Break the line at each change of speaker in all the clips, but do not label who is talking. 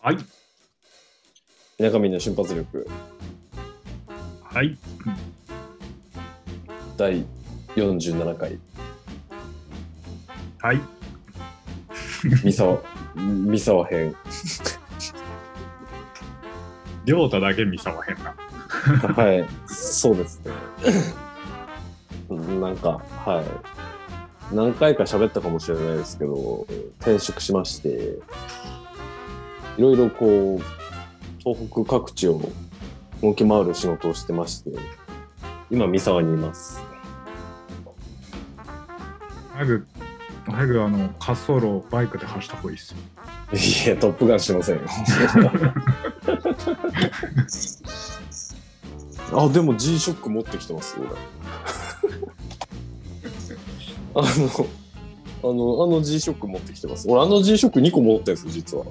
はい。
みなかみの瞬発力
はい。
第47回
はい。
三沢三沢編
亮太だけ見さわへんな。
はいそうですねうんなんかはい何回か喋ったかもしれないですけど転職しましていろいろこう東北各地を動き回る仕事をしてまして今三沢にいます
早く、早くあの、滑走路をバイクで走った方がいいっすよ。
いや、トップガンしませんよ。あ、でも G ショック持ってきてますよ、俺。 あの、あの、あの G ショック持ってきてます。俺、あの G ショック2個持ってるんですよ、実は。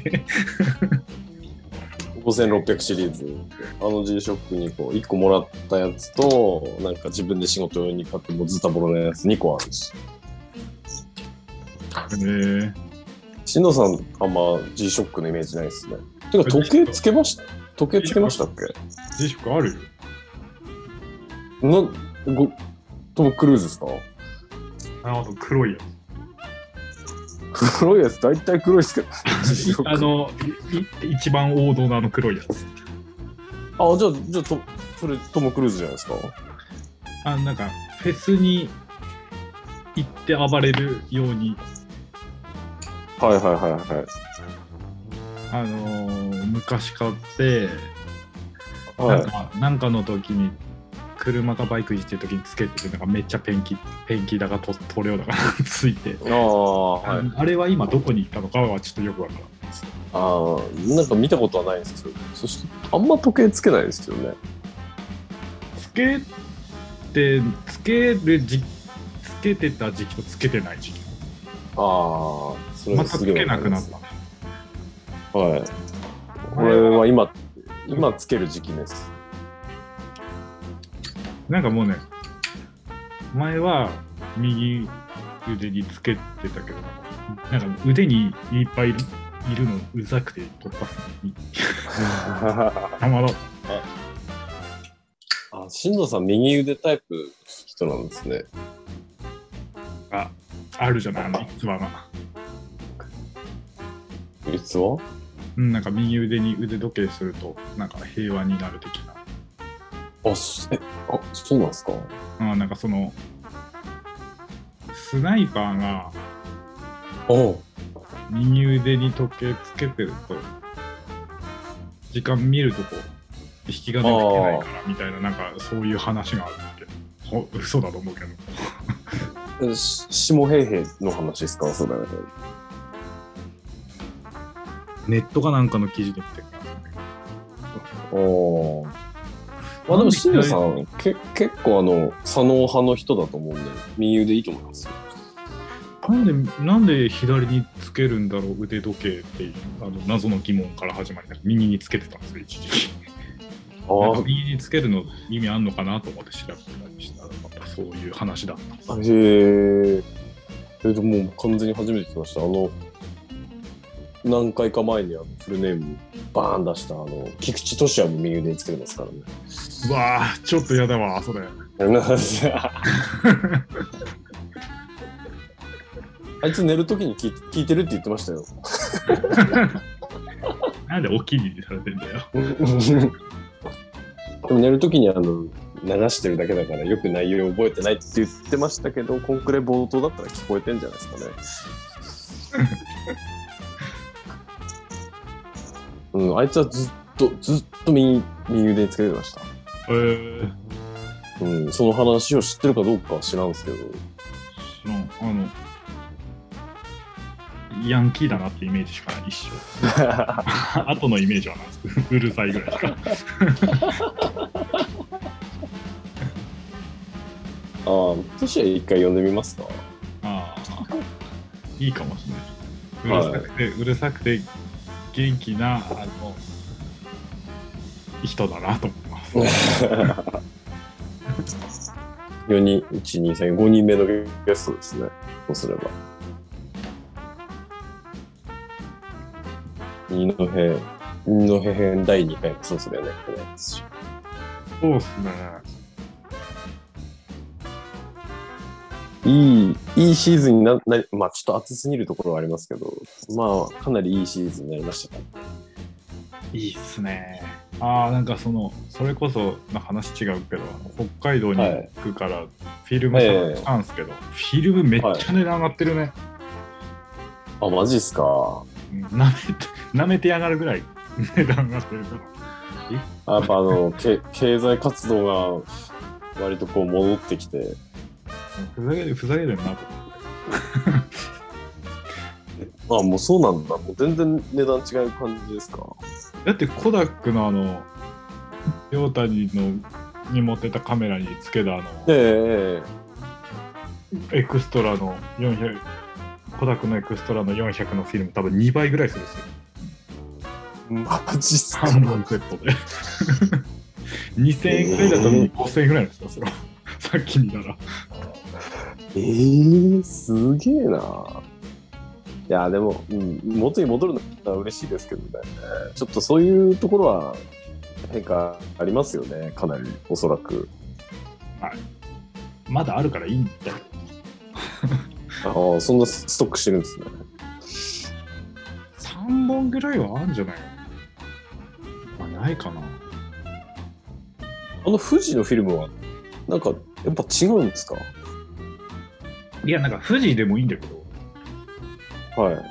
で、
5600シリーズ。あの G ショック2個。1個もらったやつと、なんか自分で仕事用に買ってもうズタボロのやつ2個あるし。
えー、
しのさん、あんま G ショックのイメージないですね。てか、時計つけました時計つけましたっけ
自粛あるよ。
な、ご、トム・クルーズですか
ああと黒いや
黒いやつ、大体黒いです けど。
つ。あの、いい一番王道のあの黒いやつ。
あ、じゃあ、じゃあ、と、それ、トム・クルーズじゃないですか。
あなんか、フェスに行って暴れるように、
はいはいはいはい。
あのー昔買って、
は
な
い
んか、なんかの時に、車かバイクいじってる時につけてて、なんかめっちゃペンキ、ペンキだかと塗料だかついて、
ああ、はい。
あれは今どこに行ったのかはちょっとよくわからないです。
ああ、なんか見たことはないんですけど、そして、あんま時計つけないですよね。
つけて、つける時つけてた時期とつけてない時期。
ああ、それ
ま
は
た
す
つ
げえ
けなくな
わ
っ
かり
たね。
ます。はい。俺は今、今つける時期 です。
なんかもうね、前は右腕につけてたけど、なんか腕にいっぱいいるいるのうざくて突破する。
あ、
たまらん
しんどさん、右腕タイプの人なんですね。
あ、あるじゃない、あの逸話が。
実は
うん、なんか右腕に腕時計すると、なんか平和になる的な。
あ、すえ、あ、そうなんですか
あなんかその、スナイパーが
おう
右腕に時計つけてると、時間見るとこう、引き金がつけないからみたいな、なんかそういう話があるって。ほ嘘だと思うけど。
えし下平平の話ですかそれ。
ネットかなんかの記事で見てるから
おーまあでも、新庄さん、け結構あの、左脳派の人だと思うんで、右腕いいと思いますよ。
なんで、なんで左につけるんだろう、腕時計っていう、あの謎の疑問から始まり、なんか右につけてたんですよ、一時期。なんか
あ
右につけるの意味あんのかなと思って調べたりしたら、またそういう話だったんです
あ、へえ。え、でももう完全に初めて聞きました。あの、何回か前にあのフルネームバーン出した、あの、菊池俊也も右腕につけてます からね。
うわあちょっと嫌だわ、それ。
あいつ寝るときに聞い聞いてるって言ってましたよ。
なんでお気に入りされてんだよ。
でも寝るときにあの流してるだけだからよく内容覚えてないって言ってましたけど、こんくらい冒頭だったら聞こえてんじゃないですかね。うん、あいつはずっと、ずっと右右腕につけてました。
えー、
うん、その話を知ってるかどうかは知らんすけど。
その、あの、ヤンキーだなってイメージしかない、一生。 あとのイメージはないです。 うるさいぐらいしか。
ああ、トシは一回読んでみますか
ああ、いいかもしれない。うるさくて、うるさくて、元気な、あの、人だなと思います。
4人、1、2、3、5人目のゲストですね。そうすれば。い二戸編、二戸編第2回もそうですよね。これ
そうですね。
いい、いいシーズンにな、なまあちょっと熱すぎるところはありますけど、まあかなりいいシーズンになりましたね。
いいっすね。ああ、なんかその、それこそ、まあ話違うけど、北海道に行くから、フィルム探したんですけど、フィルムめっちゃ値段上がってるね。
あ、マジっすか。
うんな、めて、なめてやがるぐらい値段上がってるから。
あやっぱあの、け経済活動が割とこう戻ってきて、
ふざける、ふざけるなと思って。
あ、もうそうなんだ。もう全然値段違う感じですか。
だってコダックのあの、ヨ太タにの、に持ってたカメラにつけたあ
ええ
の、
え
エクストラの400、コダックのエクストラの400のフィルム多分2倍ぐらいするんですよ。
えマジっすか。
3本セッ トで。2000円ぐらいだったのに5000円ぐらいなんですよ、それは。さっき見たら。
ええすげえな。いや、でも、うん、元に戻るのは嬉しいですけどね。ちょっとそういうところは変化ありますよね。かなり、おそらく。
まだあるからいいんだよ。
ああ、そんなストックしてるんですね。
3本ぐらいはあるんじゃないのまあないかな。
あの富士のフィルムは、なんか、やっぱ違うんですか
いや、なんか富士でもいいんだけど、
はい。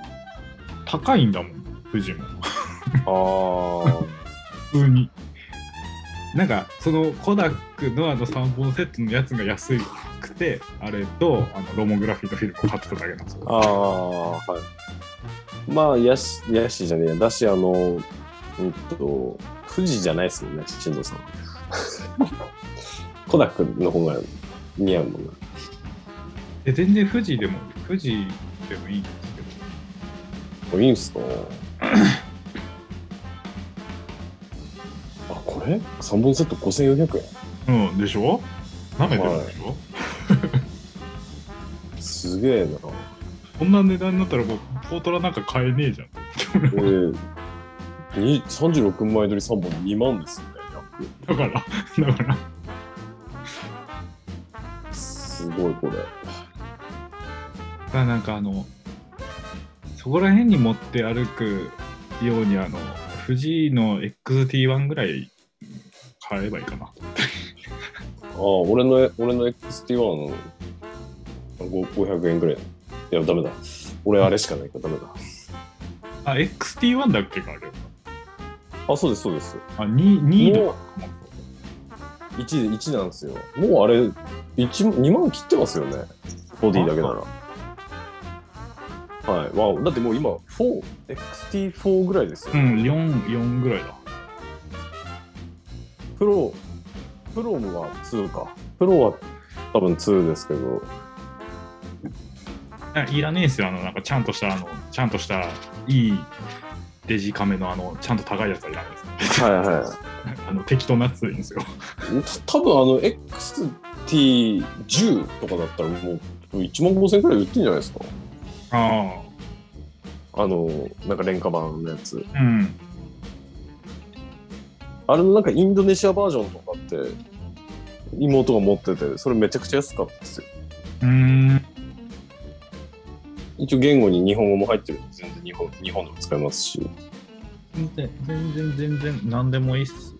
高いんだもん、富士も。
ああ。
普通に。なんかそのコダックのあの3本セットのやつが安くてあれとあのロモグラフィーとフィルムを買ってただけなんですよ。
ああ、はい。まあ、ヤシ、ヤシじゃねえや。だし、あの、うんと、富士じゃないですもんね、新藤さん。 コダックの方が似合うもんな。
で全然富士でも富士でもいいんですけど
これいいんすかあ、これ ?3 本セット5400
うん、でしょ舐めてるでしょ、
円。すげえな。
こんな値段になったらもうポートラなんか買えねえじゃん。
これ、に36枚撮り3本2万ですよね、約。
だから、だから、
すごい、これ。
だからなんかあの、そこら辺に持って歩くようにあの、富士の XT1 ぐらい買えばいいかな。
ああ、俺の、俺の XT1 のご500円くらい。いや、ダメだ。俺あれしかないからダメだ。
あ、XT1 だっけか、あれ。
あ、そうです、そうです。
あ、2、2だ
もう1で、一なんですよ。もうあれ、一2万切ってますよね。ボディだけなら。はい。まあ、だってもう今、4、XT4 ぐらいですよ。
うん、4、4ぐらいだ。
プロ、プロは2か。プロは多分2ですけど。
あいらねえっすよ、あの、なんかちゃんとした、あの、ちゃんとした、いいデジカメの、あの、ちゃんと高いやつはいらないです。
はいはい。
あの、適当なやつでいいんですよ。
た多分あの XT10 とかだったらもう1万5000くらい売ってんじゃないですか
あ
あのなんか廉価版のやつ
あ、うん。
あれのなんかインドネシアバージョンとかって妹が持っててそれめちゃくちゃ安かったですよ
うーん。
一応言語に日本語も入ってるんで全然日本日本でも使えますし、
全然、全然、全然、なんでもいいっす。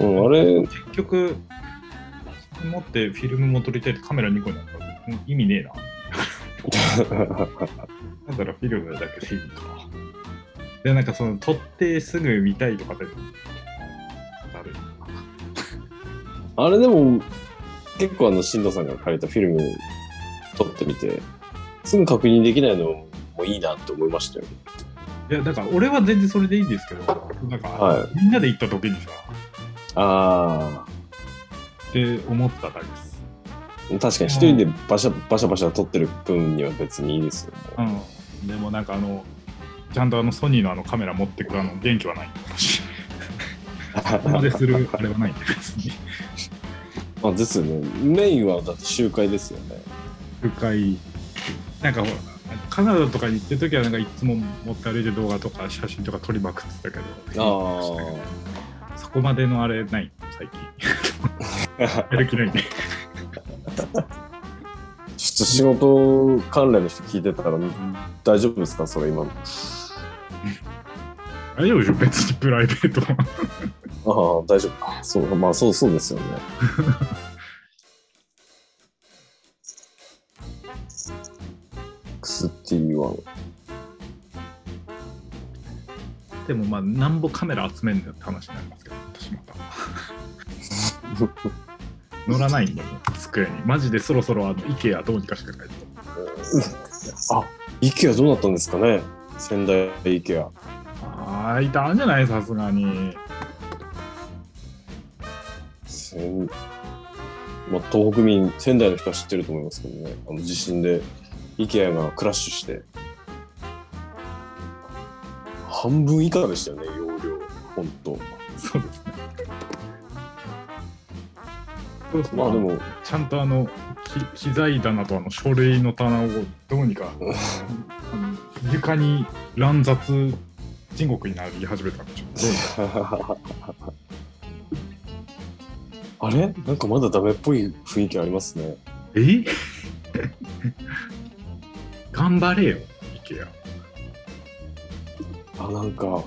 うん、あれ
結局、持ってフィルムも撮りたいってカメラ2個になったらうん意味ねえな。だからフィルムだけでいいか。で、なんかその、撮ってすぐ見たいとかで、だるいな
あれでも結構あの新藤さんが借りたフィルム撮ってみてすぐ確認できないのもいいなって思いましたよ
いや、だから俺は全然それでいいんですけど、なんか、
は
みんなで行った時にさ、
ああ
って思っただけです。
確かに一人でバシャバシャバシャ撮ってる分には別にいいですよ、ね
うん。でもなんかあの、ちゃんとあのソニーのあのカメラ持ってくあの元気はない。そこ までするあれはないんで別に。
まあですよねメインはだって集会ですよね
集会、なんかほら、カナダとかに行ってる時はなんかいつも持って歩いて動画とか写真とか撮りまくってたけど そこまでのあれない最近やる気ないね
ちょっと仕事関連の人聞いてたら大丈夫ですかそれ今の
大丈夫でしょ別にプライベートは
ああ大丈夫あそうまあそうそうですよね XT1
でもまあなんぼカメラ集めんだよって話になりますけど私また乗らないんだもん机にマジでそろそろあの IKEA どうにかしてくれない
とあ IKEA どうなったんですかね仙台 IKEA
ああいたんじゃないさすがに
仙まあ、東北民仙台の人は知ってると思いますけどねあの地震で IKEA がクラッシュして半分以下でしたよね容量ほんと
そうですねまあでもちゃんとあの機材棚とあの書類の棚をどうにか床に乱雑人国になり始めたんでしょ
あれなんかまだダメっぽい雰囲気ありますね。
え 頑張れよ、IKEA。
あ、なんか、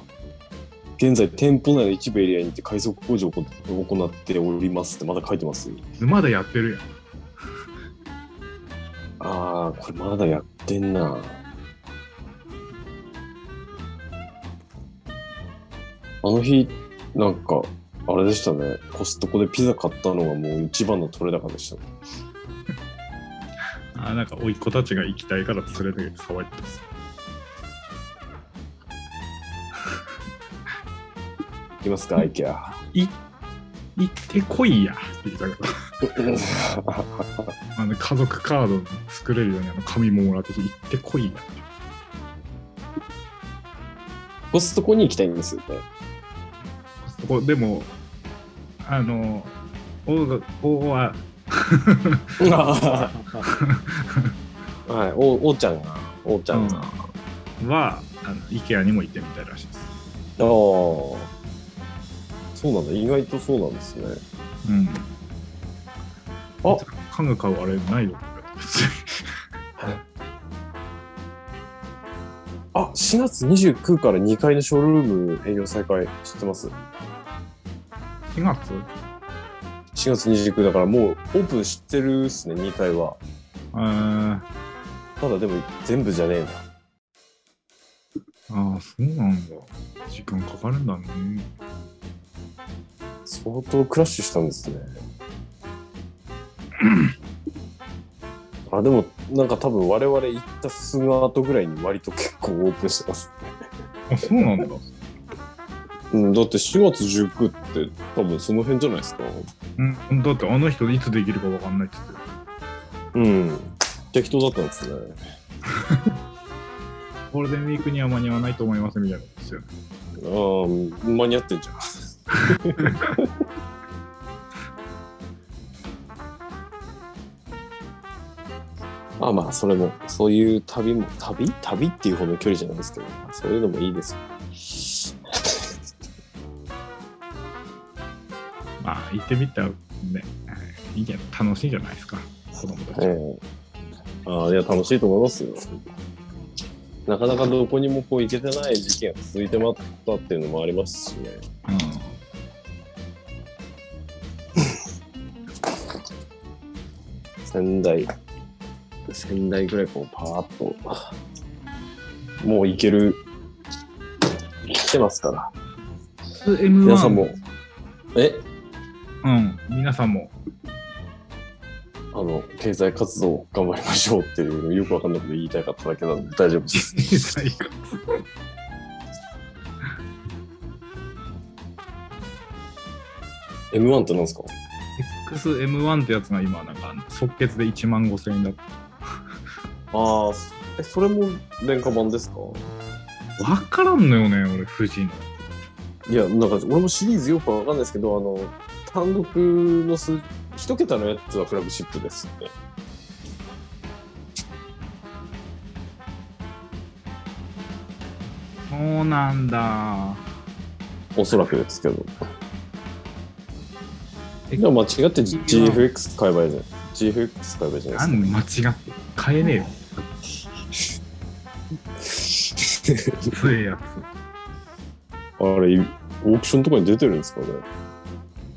現在店舗内の一部エリアにて海賊工場を行っておりますってまだ書いてます
まだやってるやん。
ああ、これまだやってんな。あの日、なんか、あれでしたね。コストコでピザ買ったのがもう一番の取れ高でしたね。
あなんか、甥いっ子たちが行きたいから連れて騒いでます。
行きますか、アイケア。
い行ってこいやって言いたかった。あの家族カード作れるようにあの紙ももらって行ってこいや。
コストコに行きたいんですよね。
そこでもあの王が王は
はい王王ちゃんが王ちゃんが、
うん、はあの IKEA にも行ってみたいらしいです
ああそうなんだ意外とそうなんですね
うん
あ
家具買うあれないよ
あ、4月29から2階のショールーム営業再開知ってます
?4 月
?4 月29だからもうオープン知ってるっすね、2階は。ただでも全部じゃねえな。
ああ、そうなんだ。時間かかるんだね。
相当クラッシュしたんです ね。あでもなんか多分我々行ったすぐ後ぐらいに割と結構オープンしてます、
ね、あそうなんだ
うん、だって4月19って多分その辺じゃないですか
うんだってあの人いつできるか分かんないっつって
うん適当だったんですね
ゴールデンウィークには間に合わないと思いますみたいなことですよね
ああ間に合ってんじゃ んまあまあ、それも、そういう旅も、旅旅っていうほどの距離じゃないですけど、そういうのもいいですよ。
まあ、行ってみたらね、いいじゃん、楽しいじゃないですか、子供たち。え
ー、ああ、いや、楽しいと思いますよ。なかなかどこにもこう行けてない時期が続いてまったっていうのもありますしね。うん仙台、仙台ぐらいこうパーッと、もういける、来てますから。
M1、
皆さんも、え
うん、皆さんも。
あの、経済活動頑張りましょうっていう、よくわかんないこと言いたかっただけなんで大丈夫です。
経済活動
M1 って何ですか
XM1 ってやつが今なんか即決で1万5000円だった
ああえそれも廉価版ですか
分からんのよね俺富士の
いやなんか俺もシリーズよく分かんないですけどあの単独の数一桁のやつはフラグシップですよね
そうなんだ。
おそらくですけど。
え
でも間違って GFX 買えばいいじゃん。GFX 買えばいいじゃな
ないんで間違って買えねえよ。
ですか。
強えや
あれ、オークションとかに出てるんですかね。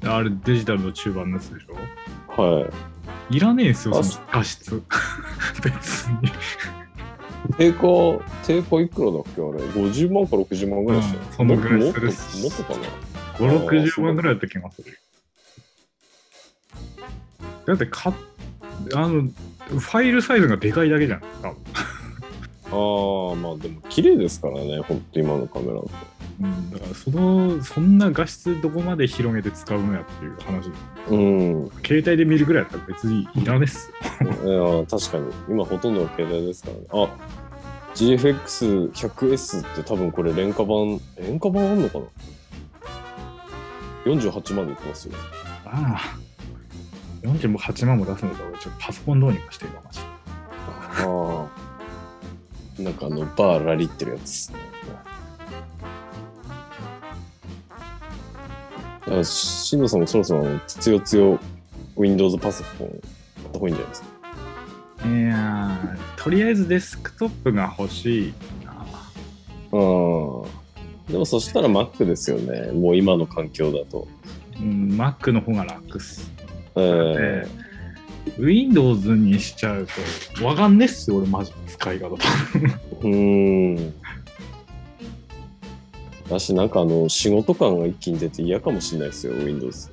つ。あれデジタルの中盤のやつでしょ
はい
らねえですよ、
あ
その画質。 別に。
い。定価、定価いくらだっけあれ。50万か60万ぐらいですよ
うん。そのぐらいする
もっともっとかな。
5、60万ぐらいだった気がする。だって買っ、あの、ファイルサイズがでかいだけじゃん。多分
ああ、まあでも綺麗ですからね、ほんと今のカメラって。
うん、だからその、そんな画質どこまで広げて使うのやっていう話。
うん。
携帯で見るぐらいだったら別にいらねっす。
いや確かに今ほとんどの携帯ですからねあ GFX100S って多分これ廉価版廉価版あんのかな48万でいきますよ
ああ。48万も出すんだったら俺ちょっとパソコンどうにかして今マジで
ああなんかあのバーラリってるやついやしんどさんもそろそろあのつよつよ Windows パソコン買った方がいいんじゃないですか
いやーとりあえずデスクトップが欲しいな。
うんでもそしたら Mac ですよねもう今の環境だと
うん、Mac の方が楽っす。
え
で Windows にしちゃうと、わかんねっすよ、俺、マジ使い方と。
うーん。私なんかあの仕事感が一気に出て嫌かもしれないですよ、Windows。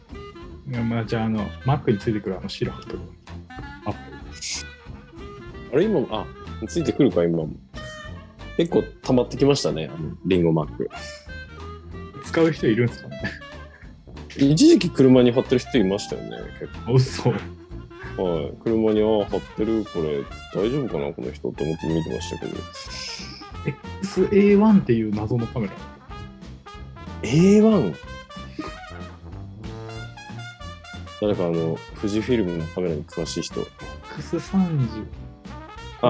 いやまあ、じゃあ、あの、Mac についてくるあの白とか。アップ
あれ今も、あ、ついてくるか今も。結構溜まってきましたね、あのリンゴマーク。
ル使う人いるんすかね
一時期車に貼ってる人いましたよね、結
あ嘘。
構。はい、車に、あ貼ってる、これ大丈夫かな、この人って思って見てましたけど。
XA1 っていう謎のカメラ。
A1? 誰かあの、富士フィルムのカメラに詳しい人。
X30。
あ、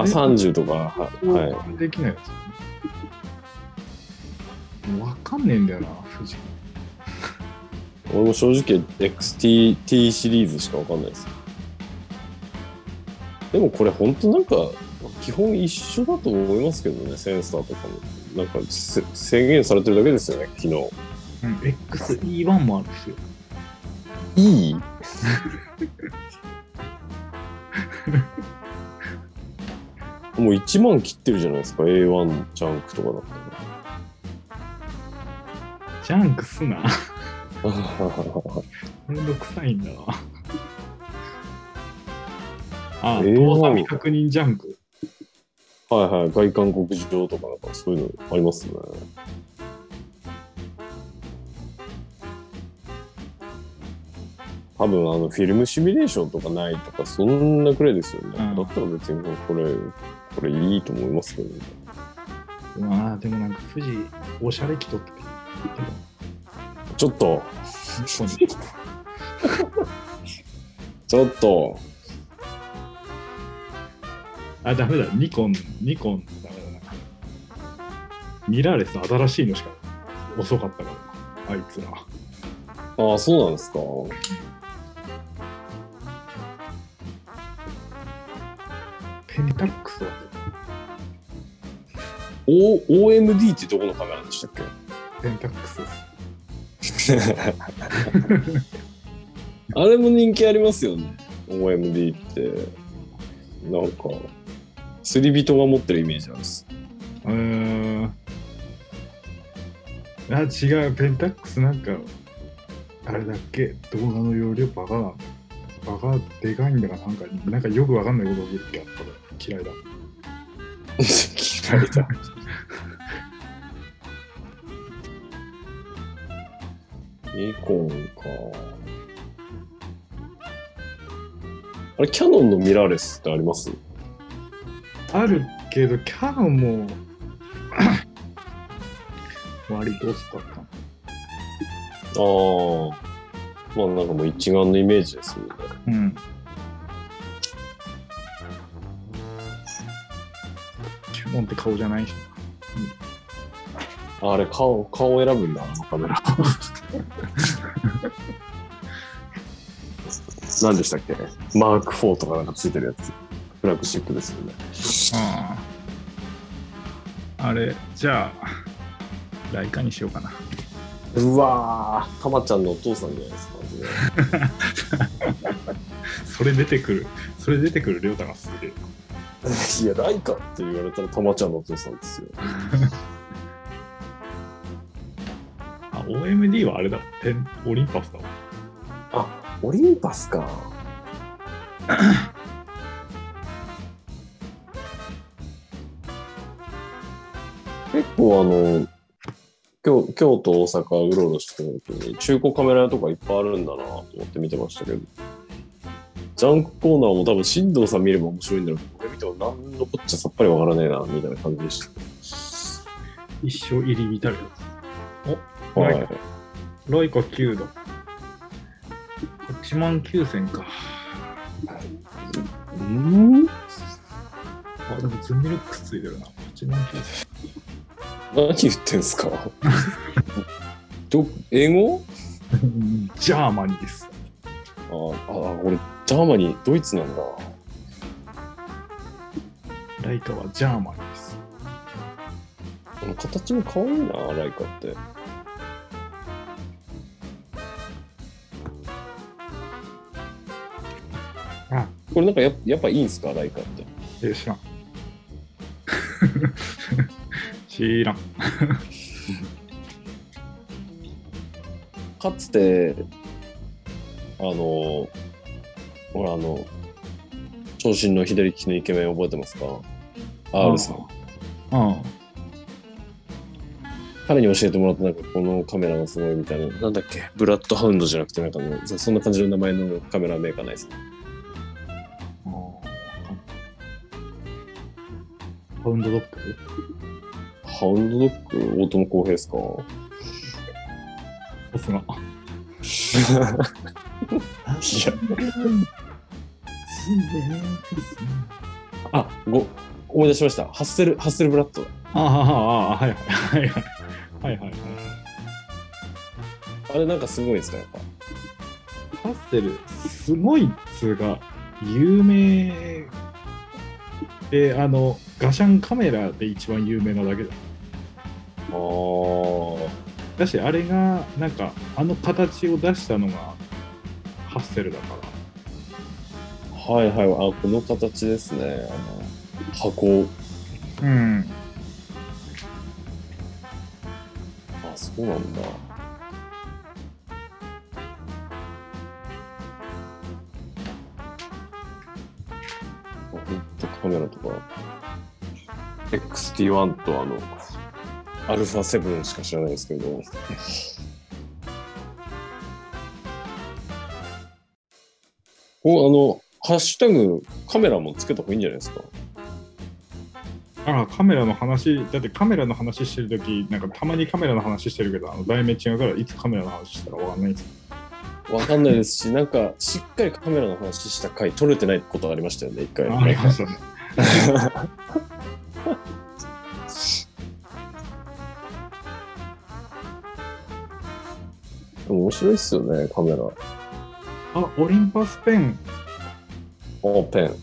え
30とか、ははい。
交換できないやつだね。わかんねえんだよな、富士。
俺も正直 XTT シリーズしかわかんないですでもこれ本当なんか基本一緒だと思いますけどねセンサーとかもなんかせ制限されてるだけですよね昨日
うん、XE1 もあるんですよ。
いい もう1万切ってるじゃないですか A1 ジャンクとかだったら
ジャンクすな。 めんどくさいんだな。あ、
えー
動作未確認ジャンク。
はいはい、外観告示状とかなんかそういうのありますね。多分あのフィルムシミュレーションとかないとかそんなくらいですよね。
うん
だったら別にもうこれ、これいいと思いますけどね。
まあ、でもなんか富士、おしゃれ気取ってる。
ちょっと、
本当に
ちょっと、
あ、ダメだ。ニコン、ニコン、ダメだな。ミラーレスの新しいのしか遅かったから、あいつら。
ああ、そうなんですか。
ペンタックスは
O、OMD ってどこのカメラでしたっけ
ペンタックスです。
あれも人気ありますよね。OMD って。なんか、釣り人が持ってるイメージなんです。
うーん。あ、違う。ペンタックスなんか、あれだっけ動画の容量バカなの。バカでかいんだかなんか、なんかよくわかんないこと起きるってやったから嫌い だ。
嫌いだ。ニコンか。あれ、キャノンのミラーレスってあります
あるけど、キャノンも、 割と遅かったな。
ああ。まあなんかもう一眼のイメージですよね。
うん。キャノンって顔じゃないし。
ああれ顔、顔選ぶんだ、あのカ メラ。何でしたっけマーク4とかなんかついてるやつ。フラッグシップですよね。
あああれ、じゃあ、ライカにしようかな。
うわー、たまちゃんのお父さんじゃないですか。
それ出てくる、それ出てくる亮太がすげえ。
それいや、ライカって言われたらたまちゃんのお父さんですよ。
あ、OMD はあれだ。テンオリンパスだわ。
あ、オリンパス か。結構あの、京京都、大阪、うろうろしてる時に、中古カメラ屋とかいっぱいあるんだなと思って見てましたけど、ジャンクコーナーも多分、新藤さん見れば面白いんだろうけど、俺見ても何のこっちゃさっぱりわからねえな、みたいな感じでした。
一生入り乱れる。お、
は
ラ
い
イ。カ、ライカ9だ。8万9000か。
うん
あ、でもズミルックスついてるな。8万9000。
何言ってんすか ど英語
うんジャーマニです。
ああ、俺、ジャーマニー、ドイツなんだ。
ライカはジャーマニです。
形も可愛いな、ライカって。
あ
これなんかややっぱいいんすか、ライカって。
え、知ら ん。知らん。
かつて、あの、ほら、あの、長身の左利きのイケメン覚えてますか ?R さん。
うん。
彼に教えてもらったなんかこのカメラがすごいみたいな、なんだっけ、ブラッドハウンドじゃなくて、なんかね、そそんな感じの名前のカメラメーカーないですか
パウンドドッグ
ハウンドドッグ、大友康平ですか
さすが。
いや、 あ、ご、思い出しました。ハッセル、ハッセルブラッドだ。
ああ、はいはいはい。はいはいはい。
あれなんかすごいですか、やっぱ。
ハッセル、すごいっつうか、有名で、あの、ガシャンカメラで一番有名なだけだ。
あー
だし、あれが、なんか、あの形を出したのが、ハッセルだから。
はいはい。あ、この形ですね。あの、箱。
うん。
あ、そうなんだ。ほんとカメラとか。XT1 とあの、アルファ7しか知らないですけど。 こうあの、ハッシュタグカメラもつけた方がいいんじゃないですか
ああカメラの話、だってカメラの話してるとき、なんかたまにカメラの話してるけど、あの題名違うから、いつカメラの話したかわかんないんですよ
わかんないですし、なんか、しっかりカメラの話した回、撮れてないことありましたよね、一回。
あありましたね。
面白いっすよね、カメラ。
あ、オリンパスペン
あ、ペン。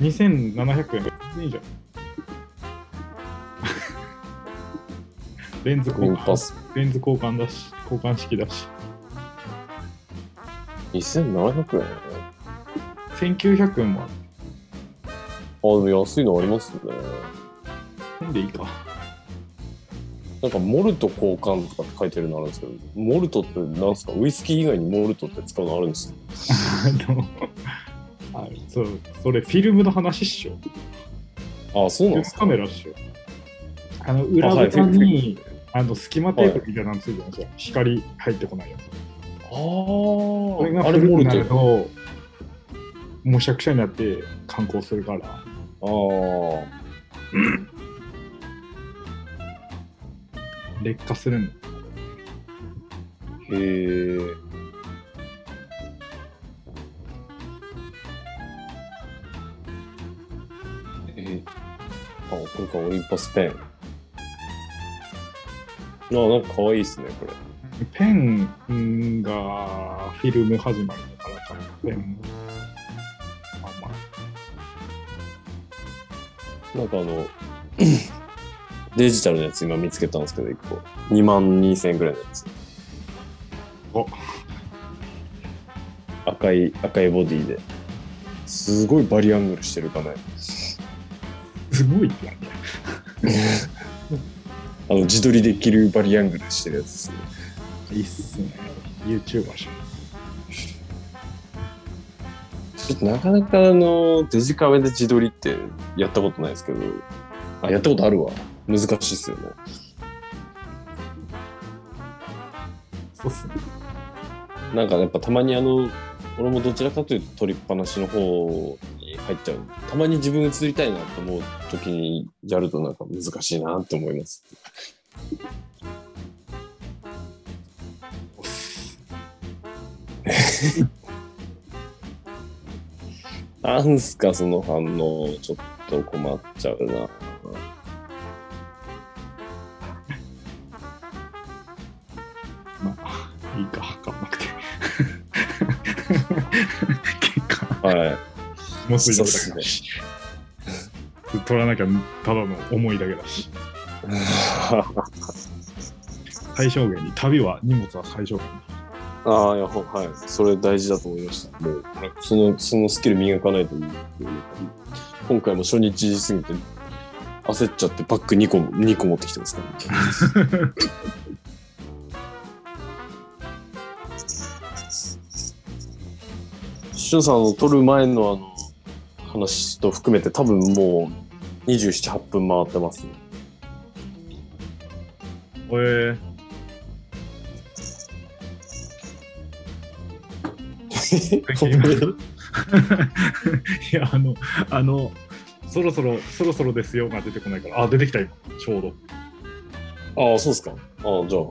2700円。いいじゃん。レンズ
コ
交
ンパ
換
ス。
レンズ交換だし、交換式だし。
2700円
1900円もある。
あ、でも安いのありますね。
なんでいいか。
なんか、モルト交換とかって書いてるのあるんですけど、モルトってなんすかウイスキー以外にモルトって使うのあるんですか
あの、あそう、それフィルムの話っしょ。
あ、そう
フィ
な
ル
んで
ム
す
カ
か
メラっしょ。あの、裏
あはい
蓋
フィルム
に、あの、隙間テープみたいなのついてますよ。光入ってこないよ。
あ
これが
ー、あれ
古
モ
く
ル
なる
ト。
と、もうしゃくしゃになって観光するから。
あー。
劣化するの。
へえ。え、あ、これか、オリンパスペン。あ、なんか可愛いですね、これ。
ペンがフィルム始まりだから多分ペンまあま
なんかあの、 デジタルのやつ今見つけたんですけど、1個。2万2000円ぐらいのやつ。
お
赤い、赤いボディで。すごいバリアングルしてる画面。
あすごいってなんだ
あの、自撮りできるバリアングルしてるやつですね。
いいっすね YouTuber じゃん
ちょっとなかなかあの、デジカメで自撮りってやったことないですけど、あ、やったことあるわ。難しいっすよね。
そうっすね
なんかやっぱたまにあの、俺もどちらかというと撮りっぱなしの方に入っちゃう。たまに自分映りたいなと思う時にやるとなんか難しいなって思います。なんすかその反応、ちょっと困っちゃうな。
まあいいか分かんなくて 結果
はい。
もうすぐ
そうっ
だし取らなきゃただの思いだけだし最小限に旅は荷物は最小限に
ああ、いや、ほはい。それ大事だと思いました。もう、その、そのスキル磨かないといけない。今回も初日過ぎて、焦っちゃってバッグ2個、二個持ってきてますから、しゅんさんあの撮る前のあの、話と含めて多分もう、27、8分回ってます、ね。
えー、 いやあのあのそろそろそろそろですよが出てこないからあ出てきた今ちょうど
ああ、そうですか。ああ、じゃあ、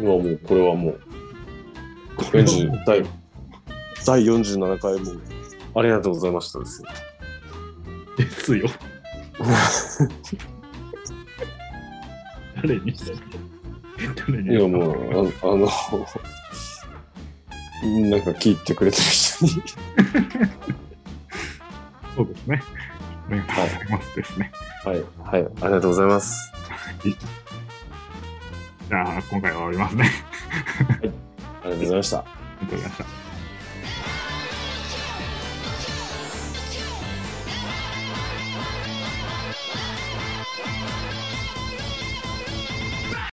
今もう、これはもう、
これはもう
40第第47回も、ありがとうございましたですよ。
ですよ誰に誰
い
に
や、もう、ああの、なんか聞いてくれてる人に、
そうですねありがとうございますですね
はい、はい、ありがとうございます。
じゃあ今回は終わりますね
ありがとうございました。
ありがとうございました